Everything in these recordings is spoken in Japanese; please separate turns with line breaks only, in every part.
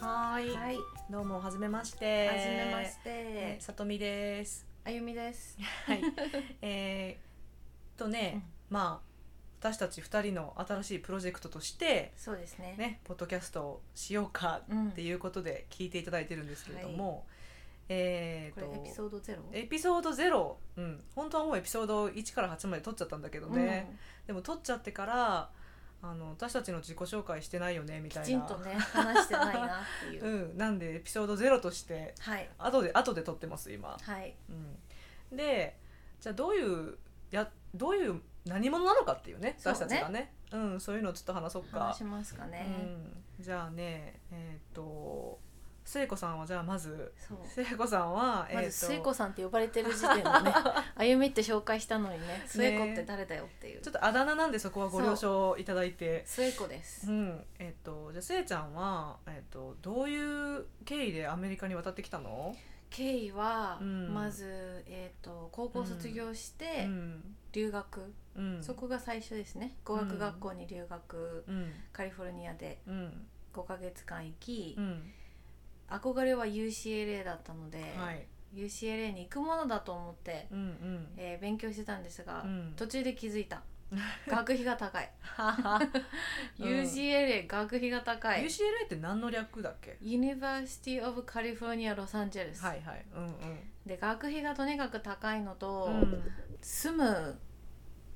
はい
はい、は
どうもはじめまして
じめまして、
えーさとみです
あゆみです。
はい えー、とね、まあ私たち二人の新しいプロジェクトとして
そうですね。
ねポッドキャストをしようか
うん、
っていうことで聞いていただいてるんですけれども、えー、
これエピ
と
ソードゼロ。
エピソードゼロ、うん、本当はもうエピソード1から8まで撮っちゃったんだけどね、でも撮っちゃってからあの私たちの自己紹介してないよねみ
うん、
た
き
いな
ちんとね話してないなって いう。
うん、なんでエピソードゼロとして
はい
後で後で撮ってます今、
はい
うん、でじゃあどういうやどういう何者なのかっていうね
そう
私
ね
たちがねうん、そういうのをちょっと話そうか
話しますかね。
うん、じゃあねえっ、と聖子さんはじゃあまず
そう。
聖子さんは
ま
え
ず
ーと
末子さんって呼ばれてる時点でね、 あゆみって紹介したのにね、末子って誰だよっていう
ちょ。っとあだ名なんでそこはご了承いただいて
末子です
う。んえっ、とじゃあ聖ちゃんは、えー、とどういう経緯でアメリカに渡ってきたの、
経緯は、
うん
まずえっ、と高校卒業して
うん
留学、
うん、
そこが最初ですね。語学学校に留学、
うん
カリフォルニアで
うん
5ヶ月間行き、
うん
憧れは UCLA だったので、
はい、
UCLA に行くものだと思って、
うんうん
えー勉強してたんですが、
うん
途中で気づいた学費が高い
うん
UCLA 学費が高い
UCLA って何の略だっけ
University of California Los Angeles、
はいはいうん
で学費がとにかく高いのと、
うん
住む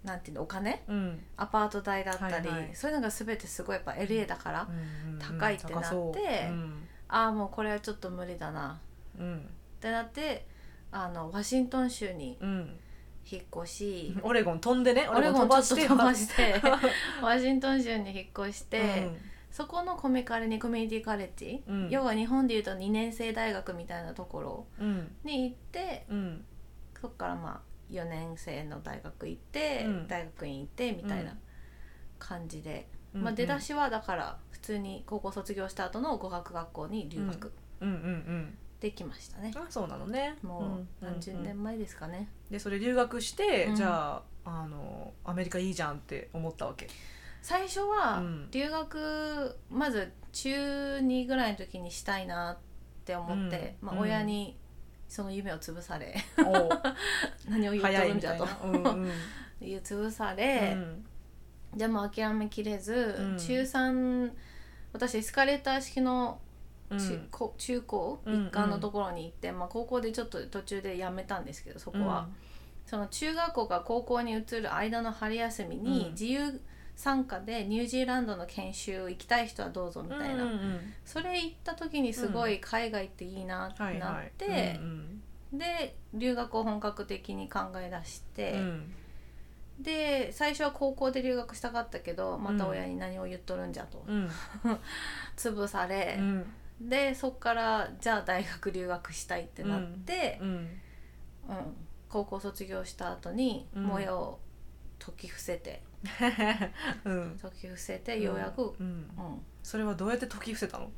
なんていうのお金
うんうん
アパート代だったり、
はいはい
そういうのが全てすごいやっぱ LA だから、
うん
高いってなって
高そううん
ああもうこれはちょっと無理だな
うん
ってなってあのワシントン州に
うん
引っ越し、
オレゴン飛んでね
オレゴンちょっと飛ば
て
して ワシントン州に引っ越して、そこのコミカルにコミュニティカレッジ、
うん
要は日本でいうと2年生大学みたいなところ
うん
に行って
うん
そこからまあ4年生の大学行って、
うん
大学院行ってみたいな
うん
感じで、
うん
まあ、出だしはだから普通に高校卒業した後の語学学校に留学
うんうん
できましたね
う、んあそうなのね
も
ん
う何十
うんうん
年前ですかね、
でそれ留学して、
うん
じゃああのアメリカいいじゃんって思ったわけ
最初は
うん
留学まず中2ぐらいの時にしたいなって思って、
うん
まあ、親にその夢を潰され
お
何を言っ
早
と
い
るん
み
じ
た
ゃ
い
と
なうん うん
いう潰さ
う
れ、
ん
でも諦めきれず、
うん
中3私エスカレーター式の
う
中,
ん
こ、中高
うん
一貫のところに行って、まあ、高校でちょっと途中でやめたんですけどそこは、その中学校から高校に移る間の春休み
う
に
ん
自由参加でニュージーランドの研修行きたい人はどうぞみたいな。
うんうんうん
それ行った時にすごい海外っていいなって
はい
な
は
っ
い
て、
うん
で留学を本格的に考え出し
うんう
て、
ん
で最初は高校で留学したかったけどまた親に何を言っとるんじゃと、
うん
潰され
う、ん
でそっからじゃあ大学留学したいってなって、
うん
うん高校卒業した後に
うん
もやを解き伏せて
うん
解き伏せてようやく、う
う
ん
んそれはどうやって解き伏せたの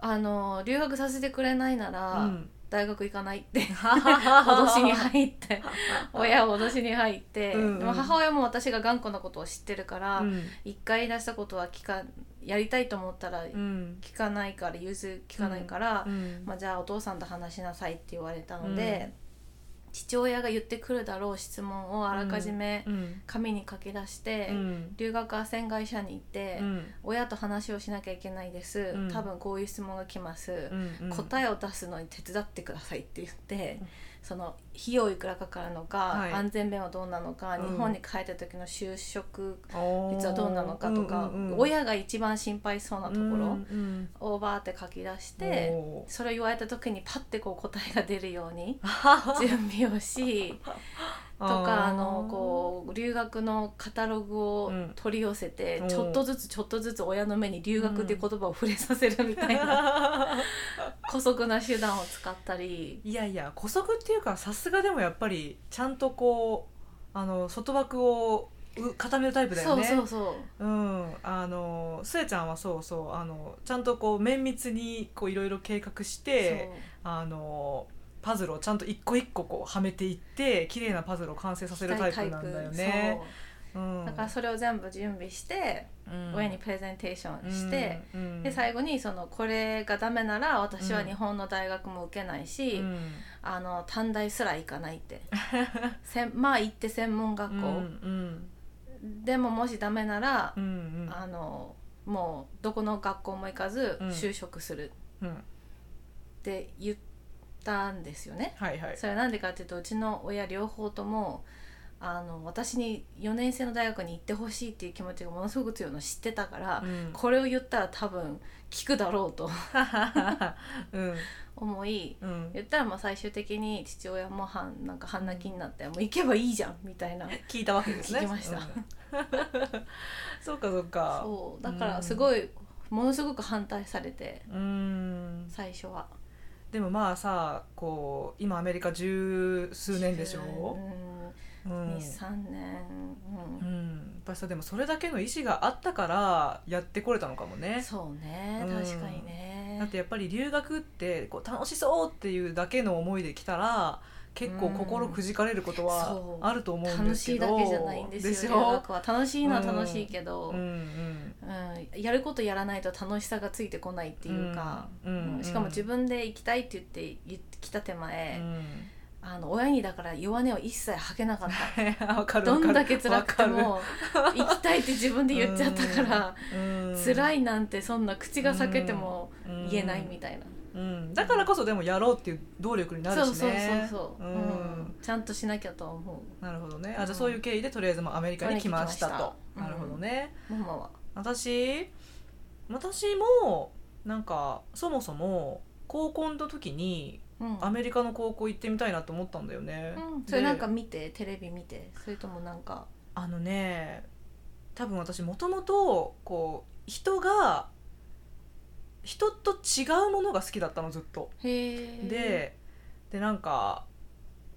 あの留学させてくれないなら、
うん
大学行かないって 脅しに入って 親を脅しに入って、
うん
でも母親も私が頑固なことを知ってるから
うん
一、回言い出したことは聞かやりたいと思ったら
うん
聞かないから融通聞かないから、
うん
まあ、じゃあお父さんと話しなさいって言われたので、父親が言ってくるだろう質問をあらかじめ
うん
紙に書き出して、
うん
留学斡旋会社に行って、
うん
親と話をしなきゃいけないです、
うん
多分こういう質問が来ます、
うん
答えを出すのに手伝ってくださいって言って、
うん
その費用いくらかかるのか、
はい
安全面はどうなのか、
うん
日本に帰った時の就職
おー
率はどうなのかとか、
うんうん
親が一番心配そうなところ
うん
をバーって書き出し
うん
て、
おー
それを言われた時にパッてこう答えが出るよう に
と
準備をしとかあのこう留学のカタログを
うん
取り寄せて、
うん
ちょっとずつちょっとずつ親の目に留学っていう言葉を触れさせるみたいな、姑息な手段を使ったり。
いやいや姑息っていうかさすがでもやっぱりちゃんとこうあの外枠をう固めるタイプだよね
そうそうそう
うん、あのスエちゃんはそうそうあのちゃんとこう綿密にこういろいろ計画してあのパズルをちゃんと一個一個こうはめていって綺麗なパズルを完成さ
そう
せるタイプなんだよね。
そう
うん
だからそれを全部準備して、
うん
親にプレゼンテーションして、、
うん
で最後にそのこれがダメなら私は日本の大学も受けないし、
うん
あの短大すら行かないって せんまあ行って専門
う
学
ん
校、
うん
でももしダメなら
う、ん
あのもうどこの学校も行かず
うん
就職する
うん
って言ったんですよね。
はいはい
それはなんでかっていうとうちの親両方ともあの私に4年生の大学に行ってほしいっていう気持ちがものすごく強いのを知ってたから、
うん
これを言ったら多分聞くだろうと
うん
思い
うん
言ったらまあ最終的に父親もはんなんか半泣きになって「もう行けばいいじゃん」みたいな
聞いたわけですね
聞きました
うん そうかそうか
そうだからすごいものすごく反対されて
うん
最初は。
でもまあさこう今アメリカ十数年でしょ、う
うんん、23年、
う
うん
ん、やっぱりさでもそれだけの意思があったからやってこれたのかもね
そうね
うん
確かにね、
だってやっぱり留学ってこう楽しそうっていうだけの思いで来たら結構心くじかれることは
うん
あると思うん
楽
です
し
け
い
ど、
だけじゃないんですよ
でしょ
留学は楽しいのは楽しいけど、う
うんん
やることやらないと楽しさがついてこないっていうか、
うんうん
うんしかも自分で行きたいって言って言ってきた手
う
前、
ん
あの親にだから弱音を一切吐けなかっ
わか
た
る
どんだけ
わ
辛く
か
て
る
も行きたいって自分で言っちゃったから、
うん
辛いなんてそんな口が裂けても言えないみ
い
たい
な、
な、
うん、だからこそでもやろうっていう動力になるし
そ
ね
うそうそうそう、
う
うんんちゃんとしなきゃと思
なるほどねあじゃ
う
あ
ん
そういう経緯でとりあえずもうアメリカに来ましたと
アメリカに来ました
なるほどね、
うママは。
私私もなんかそもそも高校の時に
うん
アメリカの高校行ってみたいなと思ったんだよね、
うん、
で
それなんか見てテレビ見てそれともなんか
あのね多分私もともとこう人が人と違うものが好きだったのずっと。
へー、
ででなんか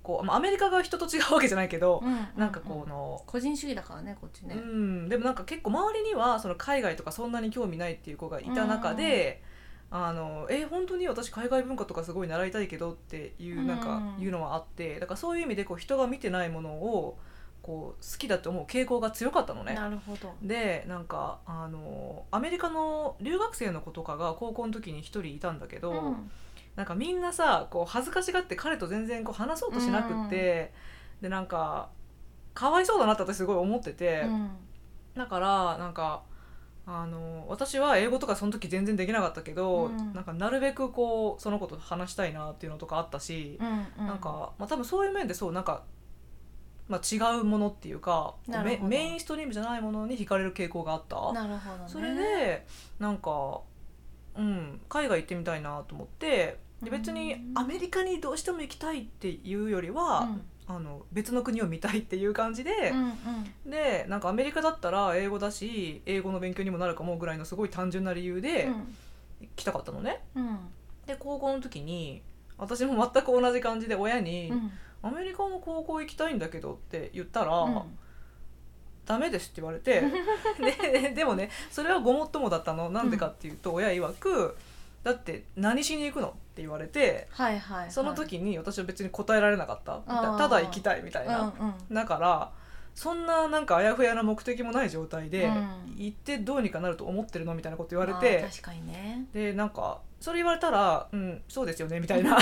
こうまあアメリカが人と違うわけじゃないけど
う、ん、
なんかこうの、
個人主義だからねこっちね
う、ん、でもなんか結構周りにはその海外とかそんなに興味ないっていう子がいた中で。あのえ本当に私海外文化とかすごい習いたいけどっていうなんか
うん
いうのはあってだからそういう意味でこう人が見てないものをこう好きだって思う傾向が強かったのね。
なるほど
でなんかあのアメリカの留学生の子とかが高校の時に一人いたんだけど、
うん
なんかみんなさこう恥ずかしがって彼と全然こう話そうとしなくって、でなんかかわいそうだなって私すごい思ってて、
うん
だからなんかあの私は英語とかその時全然できなかったけど、
うん
なんかなるべくこうその子と話したいなっていうのとかあったし、
うん、
なんか、まあ、多分そういう面でそうなんか、まあ、違うものっていうか
なる
メ
ほど
メインストリームじゃないものに惹かれる傾向があった。
なるほど、ね、
それでなんか、うん、海外行ってみたいなと思ってで別に
うん
アメリカにどうしても行きたいっていうよりは、あの別の国を見たいっていう感じで
うん、うん
でなんかアメリカだったら英語だし英語の勉強にもなるかもぐらいのすごい単純な理由で来たかったのね。
うん
で高校の時に私も全く同じ感じで親
う
に、
んうん
アメリカの高校行きたいんだけど」って言ったら「
うん
ダメですって言われ てで でもねそれはごもっともだったのなんでかっていうと、親曰く「だって何しに行くの?」って言われて
はいはい、はい、
その時に私は別に答えられなかった、
あー
ただ行きたいみたいな、
うんうん
だからそんななんかあやふやな目的もない状態で、
うん
行ってどうにかなると思ってるのみたいなこと言われて
あー確か にね
でなんかそれ言われたら「うんそうですよね」みたいな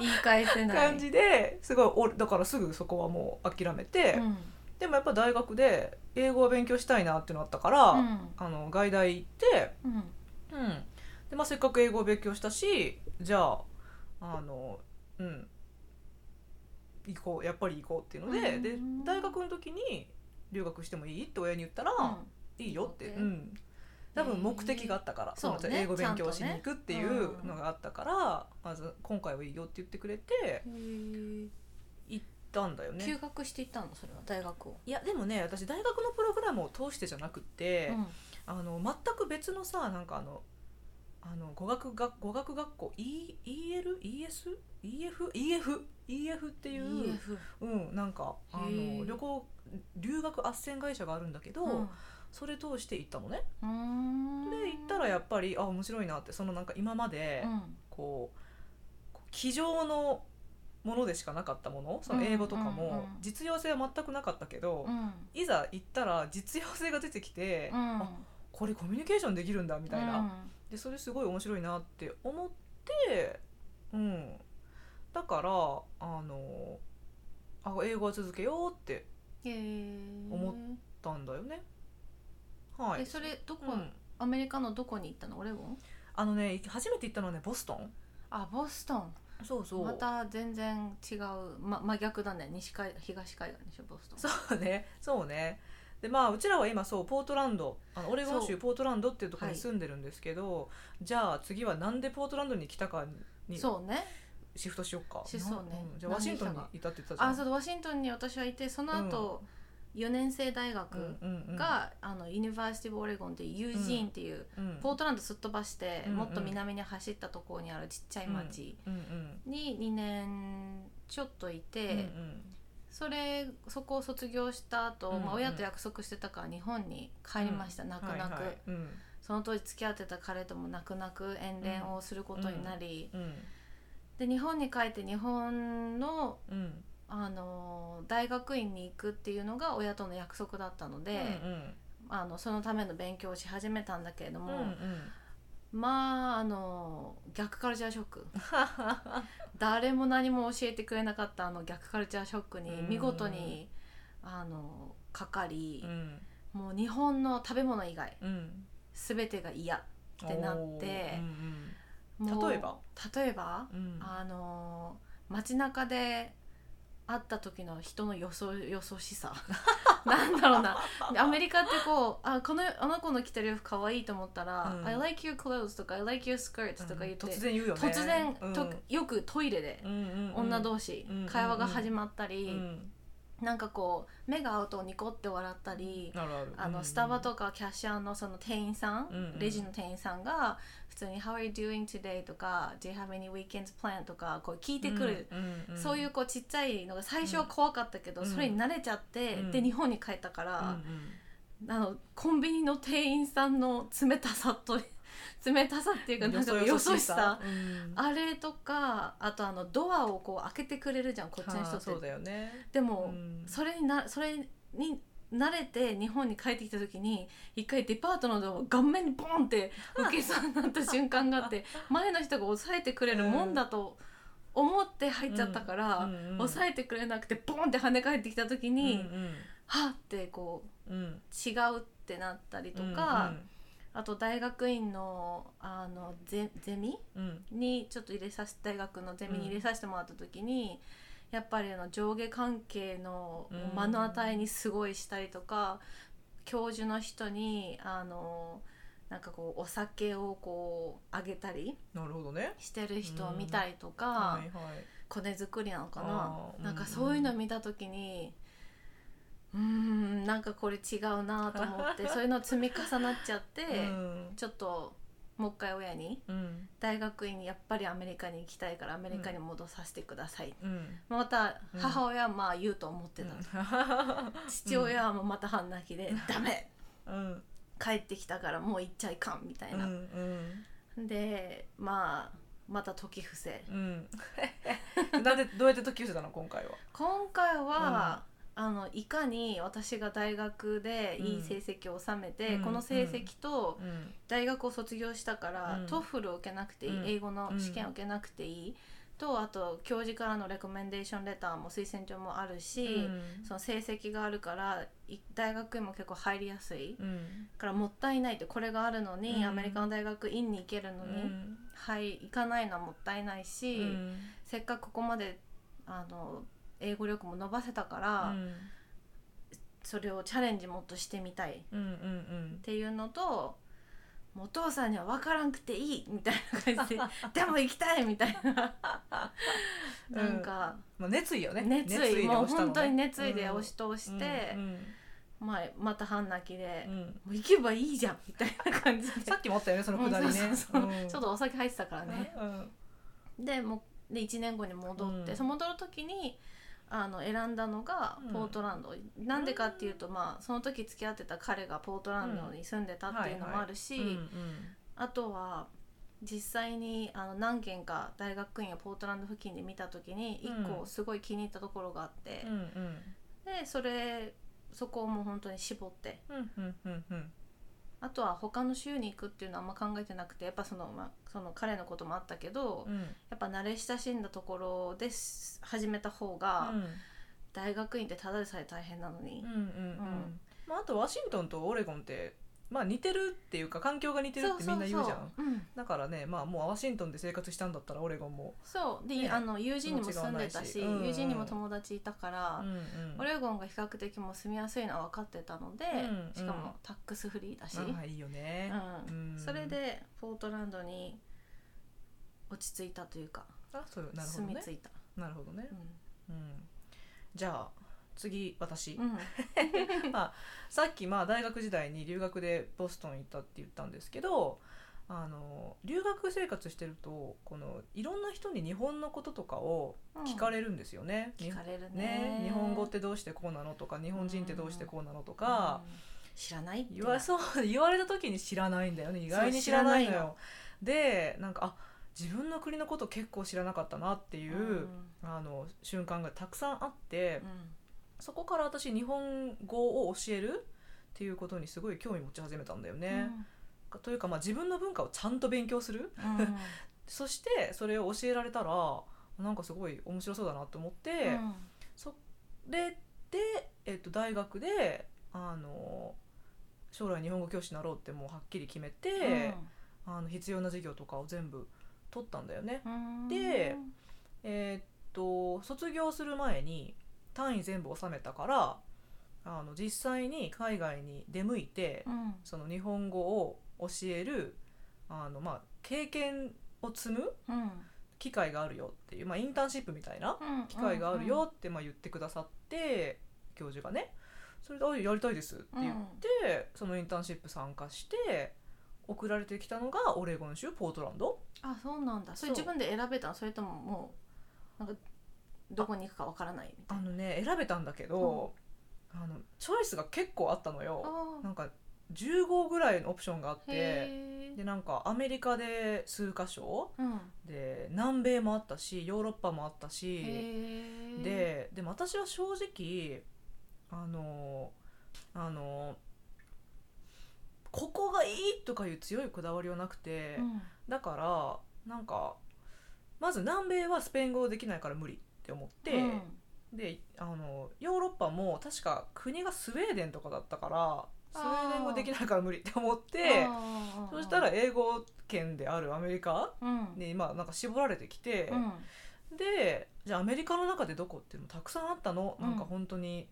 言い返せない
感じですごいおだからすぐそこはもう諦めて、
うん
でもやっぱ大学で英語を勉強したいなっていうのあったから。
うん
あの外大行って、
うん
うんでまあ、せっかく英語を勉強したしじゃああの、うん、行こうやっぱり行こうっていうので,、
うん
で大学の時に留学してもいいって親に言ったら、いいよって、
いいよっ
う
て
ん、多分目的があったから、
へー
その
そうね
英語勉強しに行くってい
ちゃんとね
う
うん
のがあったから、まず今回はいいよって言ってくれて
うんへ
行ったんだよ
ー休
ね。
学していったのそれは大学を、
いやでもね私大学のプログラムを通してじゃなくて、
うん
あの全く別のさなんかあのあの語学学語学学校 E EL ES EF EF EF っていう
EF
うんなんかあ
へ
の
ー
旅行留学斡旋会社があるんだけど、それ通して行ったのね。
うん、
で行ったらやっぱりあ面白いなってそのなんか今まで
うん
こうこう机上のものでしかなかったものその英語とか
うんうん
も
うん
実用性は全くなかったけど、
うん
いざ行ったら実用性が出てきて、
うん
あこれコミュニケーションできるんだみたいな、
うん
でそれすごい面白いなって思って、うん、だからあのあ英語は続けようって
へー
思言ったんだよね。はい
え、それどこ、
うん、
アメリカのどこに行ったのオレゴン
あのね初めて行ったのはねボストン
あボストン
そうそ
また全然違う、ま、真逆だね西海東海岸でしょボストン
そうねそうねでまあうちらは今そうポートランドあのオレゴン
そ
州
う
ポートランドっていうところに
はい
住んでるんですけど、じゃあ次はなんでポートランドに来たかに
そうね
シフトしようか
しそうね
んじゃあワシントンに
なん
いたって言ってたじゃん
あそうワシントンに私はいてその後、4年生大学、
うんうん、
が、あのユニバーシティブ・オレゴンでユージーンっていう、
うん
ポートランドすっ飛ばして、
うんうん
もっと南に走ったところにあるちっちゃい町
うんうん
に2年ちょっといて、
うんうん
それそこを卒業した後、
うんうん
まあ親と約束してたから日本に帰りました、泣く泣く、
はいはいうん
その当時付き合ってた彼とも泣く泣く遠恋をすることになり、
うん
で日本に帰って日本の
うん
あの大学院に行くっていうのが親との約束だったので。
うん
あのそのための勉強をし始めたんだけれど
うん
も、
うん
まああの逆カルチャーショック
は
誰も何も教えてくれなかったあの逆カルチャーショックに
うん
見事にあのかかり
う、ん
もう日本の食べ物以外
うん
全てが嫌ってなって
うん
もう
例えば
例えば
う、ん
あの街中で会った時の人のよそよそし さなんだろうなアメリカってこうあこのあの子の着てる服かわいいと思ったら「
うん
I like your clothes」とか「I like your skirts」とか言って、
突然言うよね
突然、
うん
とよくトイレで
うんうんうん
女同士
うん
会話が始まった
う
り、
ん
なんかこう目が合うとニコって笑ったり、
あるある
あのスタバとかキャッシャーのその店員さん、
うんうん
レジの店員さんが普通に「How are you doing today?」とか「Do you have any weekends plan?」とかこう聞いてくる、、
うんんん
そういうこうちっちゃいのが最初は怖かったけど、
うん
それに慣れちゃって、
うん
で日本に帰ったから。
うん
あのコンビニの店員さんの冷たさと冷たさっていう
う
か
ん
なんかよそしさ
うん
あれとかあとあのドアをこう開けてくれるじゃんこっち
は
の
あ
人
そ
っ
う
て
だよね
で
う
も、
ん
それになそれに慣れて日本に帰ってきた時に一回デパートのドアを顔面にボンって受けそうになった瞬間があって 前の人が抑えてくれるもんだと思って入っちゃったから、
うんうん
抑えてくれなくてボンって跳ね返ってきた時に、
うん
はっってこう
うん
違うってなったりとか、あと大学院のあのゼゼミ
うんうん
にちょっと入れさせ大学のゼミに入れさせてもらった時に、やっぱりあの上下関係の
うん
目の当たりにすごいしたりとか、教授の人にあのなんかこうお酒をこうあげたり
なるほどね
してる人を見たりとか、
はいはい
コネ作りなのか
あ
な、
ー
なんかそういうの見た時にうーんなんかこれ違うなと思 ってそういうの積み重なっちゃって、
うん
ちょっともう一回親に
うん
大学院にやっぱりアメリカに行きたいからアメリカに戻させてください、
うん
また
うん
母親はまあ言うと思ってた、父親はもうまた半泣きで「ダメ
うん
帰ってきたからもう行っちゃいかん」みたい
うんう
な、
ん
でまあまた時伏せ
うんうん なんでどうやって時伏せたの今回は
今回は、あのいかに私が大学でいい成績を収めて、
うん
この成績と
うん
大学を卒業したから、
うん
トフルを受けなくていい、
うん
英語の試験を受けなくていい、とあと教授からのレコメンデーションレターも推薦状もあるし、
うん
その成績があるからい大学院も結構入りやすい
うん
からもったいないってこれがあるのに、
うん
アメリカの大学院に行けるの
う
に、
ん
はい行かないのはもったいないし。
うん
せっかくここまであの英語力も伸ばせたから、
うん
それをチャレンジもっとしてみたいっ
うんうん
ていうのともうお父さんには分からんくていいみたいな 感じででも行きたいみたいな
うん
なんか
まあ熱意よね
熱意,、
で
もう
押したのね
本当に熱意で押し通して、
うん
まあ、また半泣きで
う、んうん
もう行けばいいじゃんみたいな感じで
さっきもあったよねそのくだりね
うん そうそうそう
うん
ちょっとお酒入ってたからね。
うん
でもうで1年後に戻って、
うん
その戻る時にあの選んだのが
うん
ポートランド、なんでかっていうと、まあ、その時付き合ってた彼がポートランドに住んでたっていうのもあるし、
うんうん
あとは実際にあの何軒か大学院やポートランド付近で見た時に1
う
個
ん
すごい気に入ったところがあって
う、んうん
でそれそこをもう本当に絞って
うんうんうんうん
あとは他の州に行くっていうのはあんま考えてなくてやっぱその,、まあ、その彼のこともあったけど、
うん
やっぱ慣れ親しんだところです始めた方が、大学院ってただでさえ大変なのに
うんう、んうんまああとワシントンとオレゴンってまあ似てるっていうか環境が似てる
そ
っ
う
てみ
そうん
な言うじゃん
そう、うん
だからねまあもうワシントンで生活したんだったらオレゴンも
そうで、
ね
あの友人にも住んでたし
気持ちがないしうんうん
友人にも友達いたから、
うんうん
オレゴンが比較的もう住みやすいのは分かってたので、
うんうん
しかもタックスフリーだし、
ああいいよね
うん
うん
それでポートランドに落ち着いたというか、
あそうなるほど
住み
ね
着いた、
なるほどね
うん
うんじゃあ次私
うん
さっきまあ大学時代に留学でボストン行ったって言ったんですけどあの留学生活してるとこのいろんな人に日本のこととかを
うん
聞かれるんですよね。
聞かれる
ね
ね
日本語ってどうしてこうなのとか日本人ってどうしてこうなのとか、
うん知らないって
言わそう 言われた時に知らないんだよね意外に知らないの
知らない
よ。でなんかあ自分の国のこと結構知らなかったなっていう、
うん
あの瞬間がたくさんあって。
うん
そこから私日本語を教えるっていうことにすごい興味持ち始めたんだよね。というか、まあ、自分の文化をちゃんと勉強する
うんうん
そしてそれを教えられたらなんかすごい面白そうだなと思って、
うん
それで、えっと、大学であの将来日本語教師になろうってもうはっきり決めて、あの必要な授業とかを全部取ったんだよね。
うん
でえーっと卒業する前に単位全部収めたからあの実際に海外に出向いて
うん
その日本語を教えるあの、まあ、経験を積む
うん
機会があるよっていう、まあ、インターンシップみたいな
うん
機会があるよってまあ言ってくださって教授がねそれであ「やりたいです」って言ってそのインターンシップ参加して送られてきたのがオレゴン州ポートランド。
あそうなんだそれ
そう
自分で選べたのそれとももうなんかどこに行くかわからないみた
あ
いな
のね選べたんだけど、あのチョイスが結構あったのよ
あ
なんか15ぐらいのオプションがあっ
ー
て
へ
で
え
なんかアメリカで数箇所
うん
で南米もあったしヨーロッパもあった
へ
し
ー
ででも私は正直あのあのここがいいとかいう強いこだわりはなくて、
うん
だからなんかまず南米はスペイン語できないから無理って思って。
うん
であのヨーロッパも確か国がスウェーデンとかだったからスウェーデン語できないから無理って思って
あー
そしたら英語圏であるアメリカ
うん
に今なんか絞られてきて、
うん
でじゃあアメリカの中でどこっていうのもたくさんあったの、
うん
なんか本当に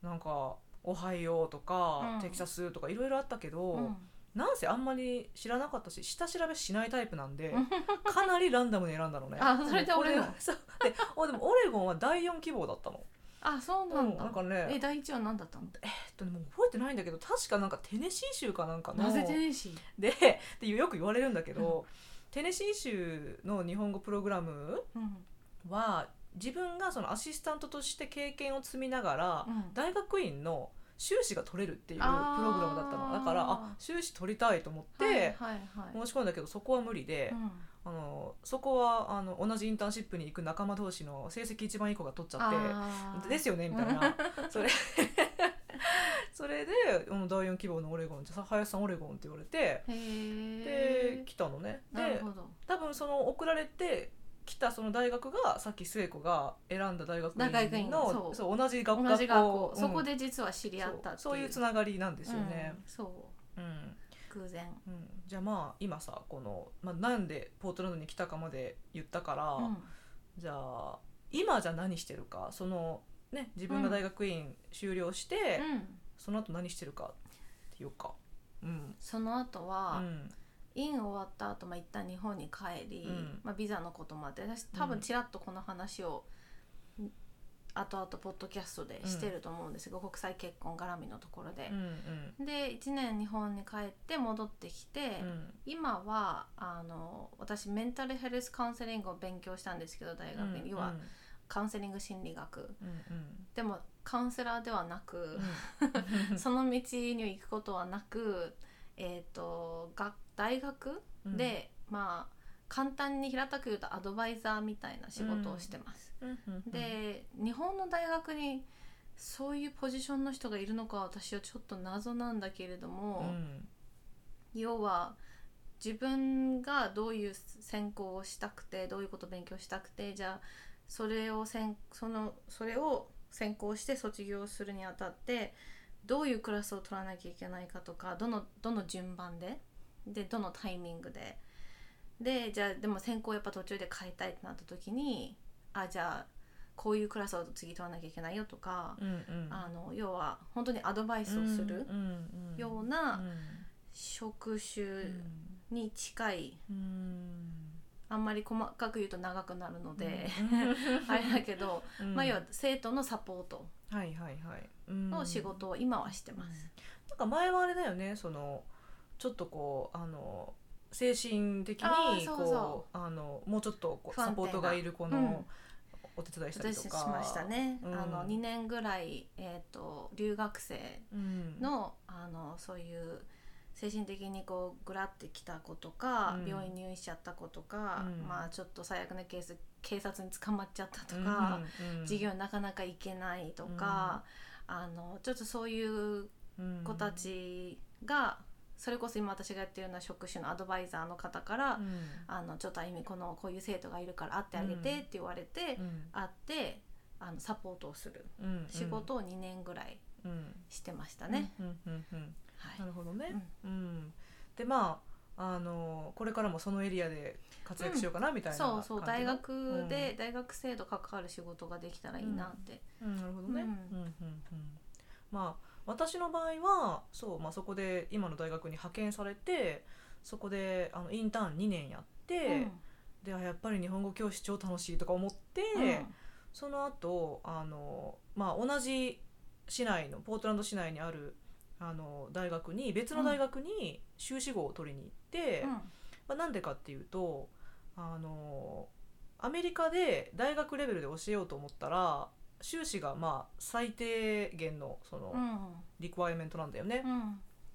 なんかオハイオとか、
うん
テキサスとかいろいろあったけど、
うん
なんせあんまり知らなかったし下調べしないタイプなんで
うん。
かなりランダムに選んだのね
あそれでオレゴン
うん そうでおでもオレゴンは第4希望だったの。
あそうな
うんん、なん
だ
かね
え第一は何だったの
えっとねもう覚えてないんだけど確かなんかテネシー州かなんかの
なぜテネシー
ででよく言われるんだけど、テネシー州の日本語プログラム
うん
は自分がそのアシスタントとして経験を積みながら、
うん
大学院の修士が取れるっていうプログ
あー
ラムだったのだからあ修士取りたいと思って、
はいはいはい
申し込んだけどそこは無理で、
うん
あのそこはあの同じインターンシップに行く仲間同士の成績一番いい子が取っちゃって。
あー
ですよねみたい なそれ それであの第4希望のオレゴンじゃあ林さんオレゴンって言われて
へ
で
え
来たのね
なる
で
ほど
多分その送られて来たその大学がさっき末子が選んだ大学
大学院
院
の
の
そう
そう同じ学
同じ学校
校、
そこ
で
で実は知り合ったっていう
そうそういうつながりなんですよね
うん、そ
うん
う偶然
うんじゃあまあ今さこの、まあ、なんでポートランドに来たかまで言ったから、
うん
じゃあ今じゃあ何してるかそのね自分が大学院修了して、
うん
その後何してるかっていうかうん
その後
う
は、
ん
イン終わった後、まあ一旦日本に帰り、
うん
まあ、ビザのこともあって私多分ちらっとこの話を、後々ポッドキャストでしてると思うんですが、国際結婚絡みのところで
うんう、ん
で1年日本に帰って戻ってきて、
うん
今はあの私メンタルヘルスカウンセリングを勉強したんですけど大学に、要はカウンセリング心理学
うんうん
でもカウンセラーではな
う
く
ん、
その道に行くことはなく、えー、とが大学
うん
で、まあ簡単に平たく言うとアドバイザーみたいな仕事をしてます。で日本の大学にそういうポジションの人がいるのかは私はちょっと謎なんだけれど
う
も、
ん
要は自分がどういう専攻をしたくてどういうことを勉強したくてじゃあそれをせんそのそれを専攻して卒業するにあたってどういうクラスを取らなきゃいけないかとかどのどの順番ででどのタイミングででじゃあでも専攻やっぱ途中で変えたいってなった時にあじゃあこういうクラスを次取らなきゃいけないよとか、
うんうん
あの要は本当にアドバイスをする
うんうんうん
よう
う
なん職種
う
に近い
んうん
あんまり細かく言うと長くなるので、
うん
あれだけど、
うん
まあ要は生徒のサポート
はいはいはいうん
の仕事を今はしてます。
なんか前はあれだよねそのちょっとこうあの精神的
あー
に
そうそう
こうあのもうちょっとこう
不安
サ
定な
ポートがいる子
うん
のお手伝いしたり
私
と
し
か、
ましたね、
うん
あの2年ぐらい、えー、と留学生
うん、
のあのそういう精神的にこうグラってきた子とか、
うん
病院入院しちゃった子とか、
うん
まあちょっと最悪なケース警察に捕まっちゃったと
うん
か、、
うん
授業になかなか行けないとか、あのちょっとそういう子た、ちが、それこそ今私がやってるような職種のアドバイザーの方から
うんうん
あのちょっとあゆみこのこういう生徒がいるから会ってあげて
うん
って言われて、
うん
会ってあのサポートをする
うんうん
仕事を2年ぐらい
うん
してましたね。
うんうんうん
は
ないるほどね、うんでまああのこれからもそのエリアで活躍しようかなみたいな感じの、
そうそう大学
う
で
ん
大学生と関わる仕事ができたらいいなって、
うん、なるほどね、
う
うんんうんうんまあ私の場合はそう、まあ、そこで今の大学に派遣されてそこであのインターン2年やって、であやっぱり日本語教師超楽しいとか思って、
うん
その後あのまあ同じ市内のポートランド市内にあるあの大学に別の大学に修士号を取りに行って、
うん
まあ、なんでかっていうとあのアメリカで大学レベルで教えようと思ったら修士がまあ最低限のその
うん
リクワイアメントなんだよね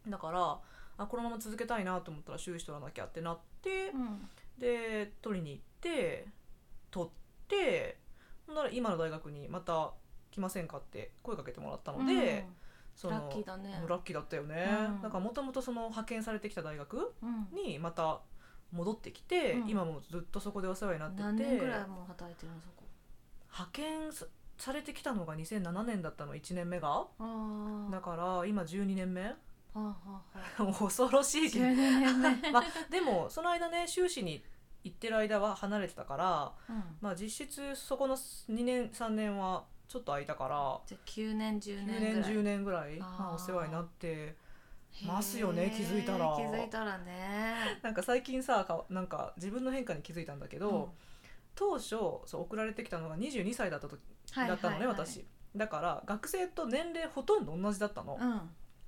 う、ん
だからあこのまま続けたいなと思ったら修士取らなきゃってなって、
うん
で取りに行って取ってほんなら今の大学にまた来ませんかって声かけてもらったので、その
ラッキーだね
ラッキーだったよね、
うん
なんかもともとその派遣されてきた大学、
うんうん
にまた戻ってきて、
うん
今もずっとそこでお世話になってて
何年ぐらいもう働いてるのそこ
派遣さされてきたのが2007年だったの1年目が
あー
だから今12年目
はあはあはあ
もう 恐ろしいけ
10年目、
ど、まあ、でもその間ね修士に行ってる間は離れてたから、
うん
まあ、実質そこの2年3年はちょっと空いたから
じゃあ9年10
9
年ぐらい
年10年ぐらい
あー
まあ、お世話になって
へー
ますよね気づいたら
気づいたらね
なんか最近さかなんか自分の変化に気づいたんだけど、当初そう送られてきたのが22歳だった時
うん
だったのね、
はいはいはい
私だから学生と年齢ほとんど同じだったの
う、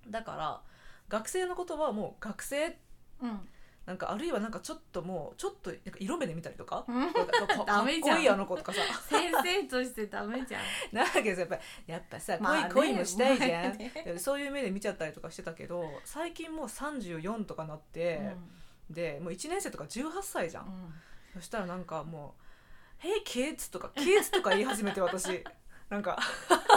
ん
だから学生のことはもう学生
うん
なんかあるいはなんかちょっともうちょっとなんか色目で見たりとか。
うん
なんかか
ダ
かっ
メじゃん
こいいあの子とかさ
先生としてダメじゃん
なわけですよやっぱやっぱさ 恋,、
まあね
恋もしたいじゃん、
ね
でそういう目で見ちゃったりとかしてたけど最近もう34とかなって、でもう1年生とか18歳じゃん、
うんうん
そしたらなんかもう「Hey kids」とか「kids」とか言い始めて 私なんか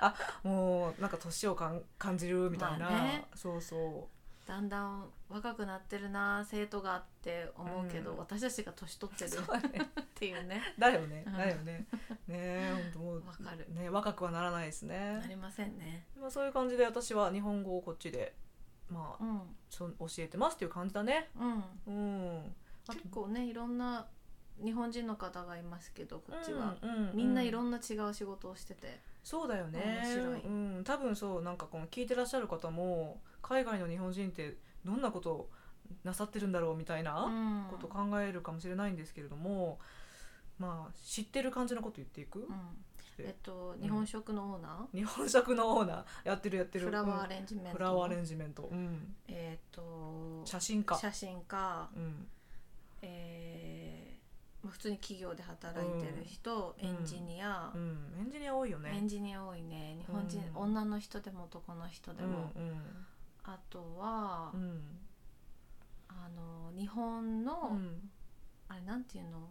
あもうなんか年をかん感じるみたいな、
まあね
そうそ
だんだん若くなってるな生徒がって思うけど、
うん
私たちが年取って
う
る
そう
っ
だね
ていうね
だよね
うん
だよねねえほんともう
わかる
ね、若くはならないです
な
ね、
りませんね
まあ、そういう感じで私は日本語をこっちでまあ
うん
そ教えてますっていう感じだね
うん
うんあと
結構ねいろんな日本人の方がいますけどこっちは、
うんうんうん
みんないろんな違う仕事をしてて、
そうだよね
面白い
うん、多分そうなんかこの聞いてらっしゃる方も海外の日本人ってどんなことをなさってるんだろうみたいな
うん
ことを考えるかもしれないんですけれども、まあ知ってる感じのこと言っていく、
うん
で
えっと日本食のオーナー、
日本食のオーナーやってるやってる
フラワーア
うん
レンジメントの、
フラワーアレンジメント、うん、
えっ、と
写真家
写真家
うん
えーまあ、普通に企業で働いてる人、
うん
エンジニア
う、ん、エンジニア多いよね
エンジニア多いね日本人、
うん
女の人でも男の人で
うん
も、あとは、
うんうん
あの日本の
うん
あれなんていうの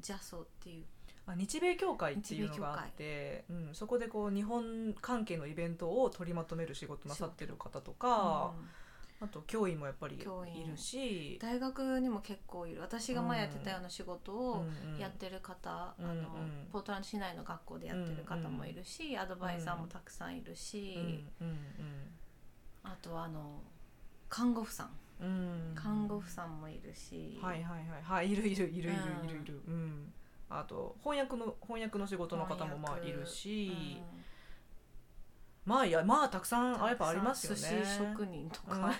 ジャソっていう
あ日米協会っていうのがあって、うん、そこでこう日本関係のイベントを取りまとめる仕事なさってる方とか、あと教員もやっぱり
教員
いる
うん
し、
大学にも結構いる私が前やってたような仕事
う
を
んうん
やってる方、
うん
あの
うん
ポートランド市内の学校でやってる方もいるし、アドバイザーもたくさんいるし、
うん
あとはあの看護婦さん
うんうんうん
看護婦さんもいるし、
はいはいはいはいいるいるいるいる
うん
いるいるうんあと翻訳の翻訳の仕事の方もまあい
翻訳
る
う
し、
ん
まあいやまあたくさんあやっぱありますよ
たく
ね
さん寿司職人とか、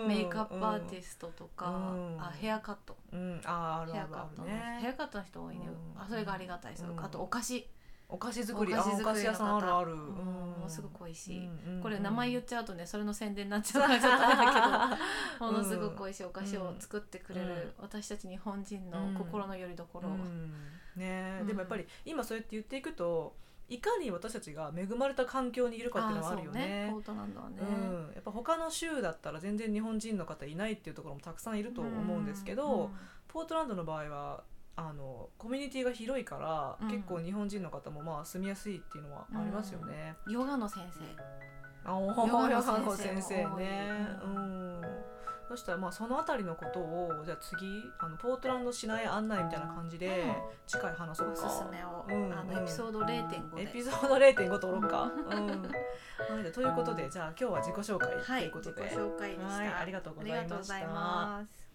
うん
メイクアップアーティストとか、
うん
あヘアカット
うん、うんあーある
ヘ
あ
ア
る
カッ
あ
ト
る
の、ヘア
ね
カットの人多いね、
うん
あそれがありがたいすごく、
うん
あとお菓子
お菓子作り
お菓子作
あお
りの方
菓子屋さんあるある、う
うん
ん、
もうすごく美味しい、
うんうんうん
これ名前言っちゃうとねそれの宣伝になっちゃうからちょっとあれだけどものすごく美味しいお菓子を作ってくれる、
うん
私たち日本人の心の拠り所を、
うんねえ
うん
でもやっぱり今そうやって言っていくといかに私たちが恵まれた環境にいるかっていうのはあるよね
ポートランドはね、
うん、やっぱ他の州だったら全然日本人の方いないっていうところもたくさんいると思うんですけど、ポートランドの場合はあのコミュニティが広いから、
うん
結構日本人の方もまあ住みやすいっていうのはありますよね。
うんヨガの先
あおー
ヨ
ヨ
ガ
ガ
の
の
先
先
生
生
も多い
ね。うんそしたらまあそのあたりのことをじゃあ次あのポートランド市内案内みたいな感じで次回話そ
生
う
お
か。
すすめを、
うん
あのエピソード0.5で
エピソード0.5撮ろうか。うん。はいじゃあということでじゃあ今日は自己紹介と
はいいう
こと
自己
で。
紹介でした
はいありがとうございました
ありがとうございます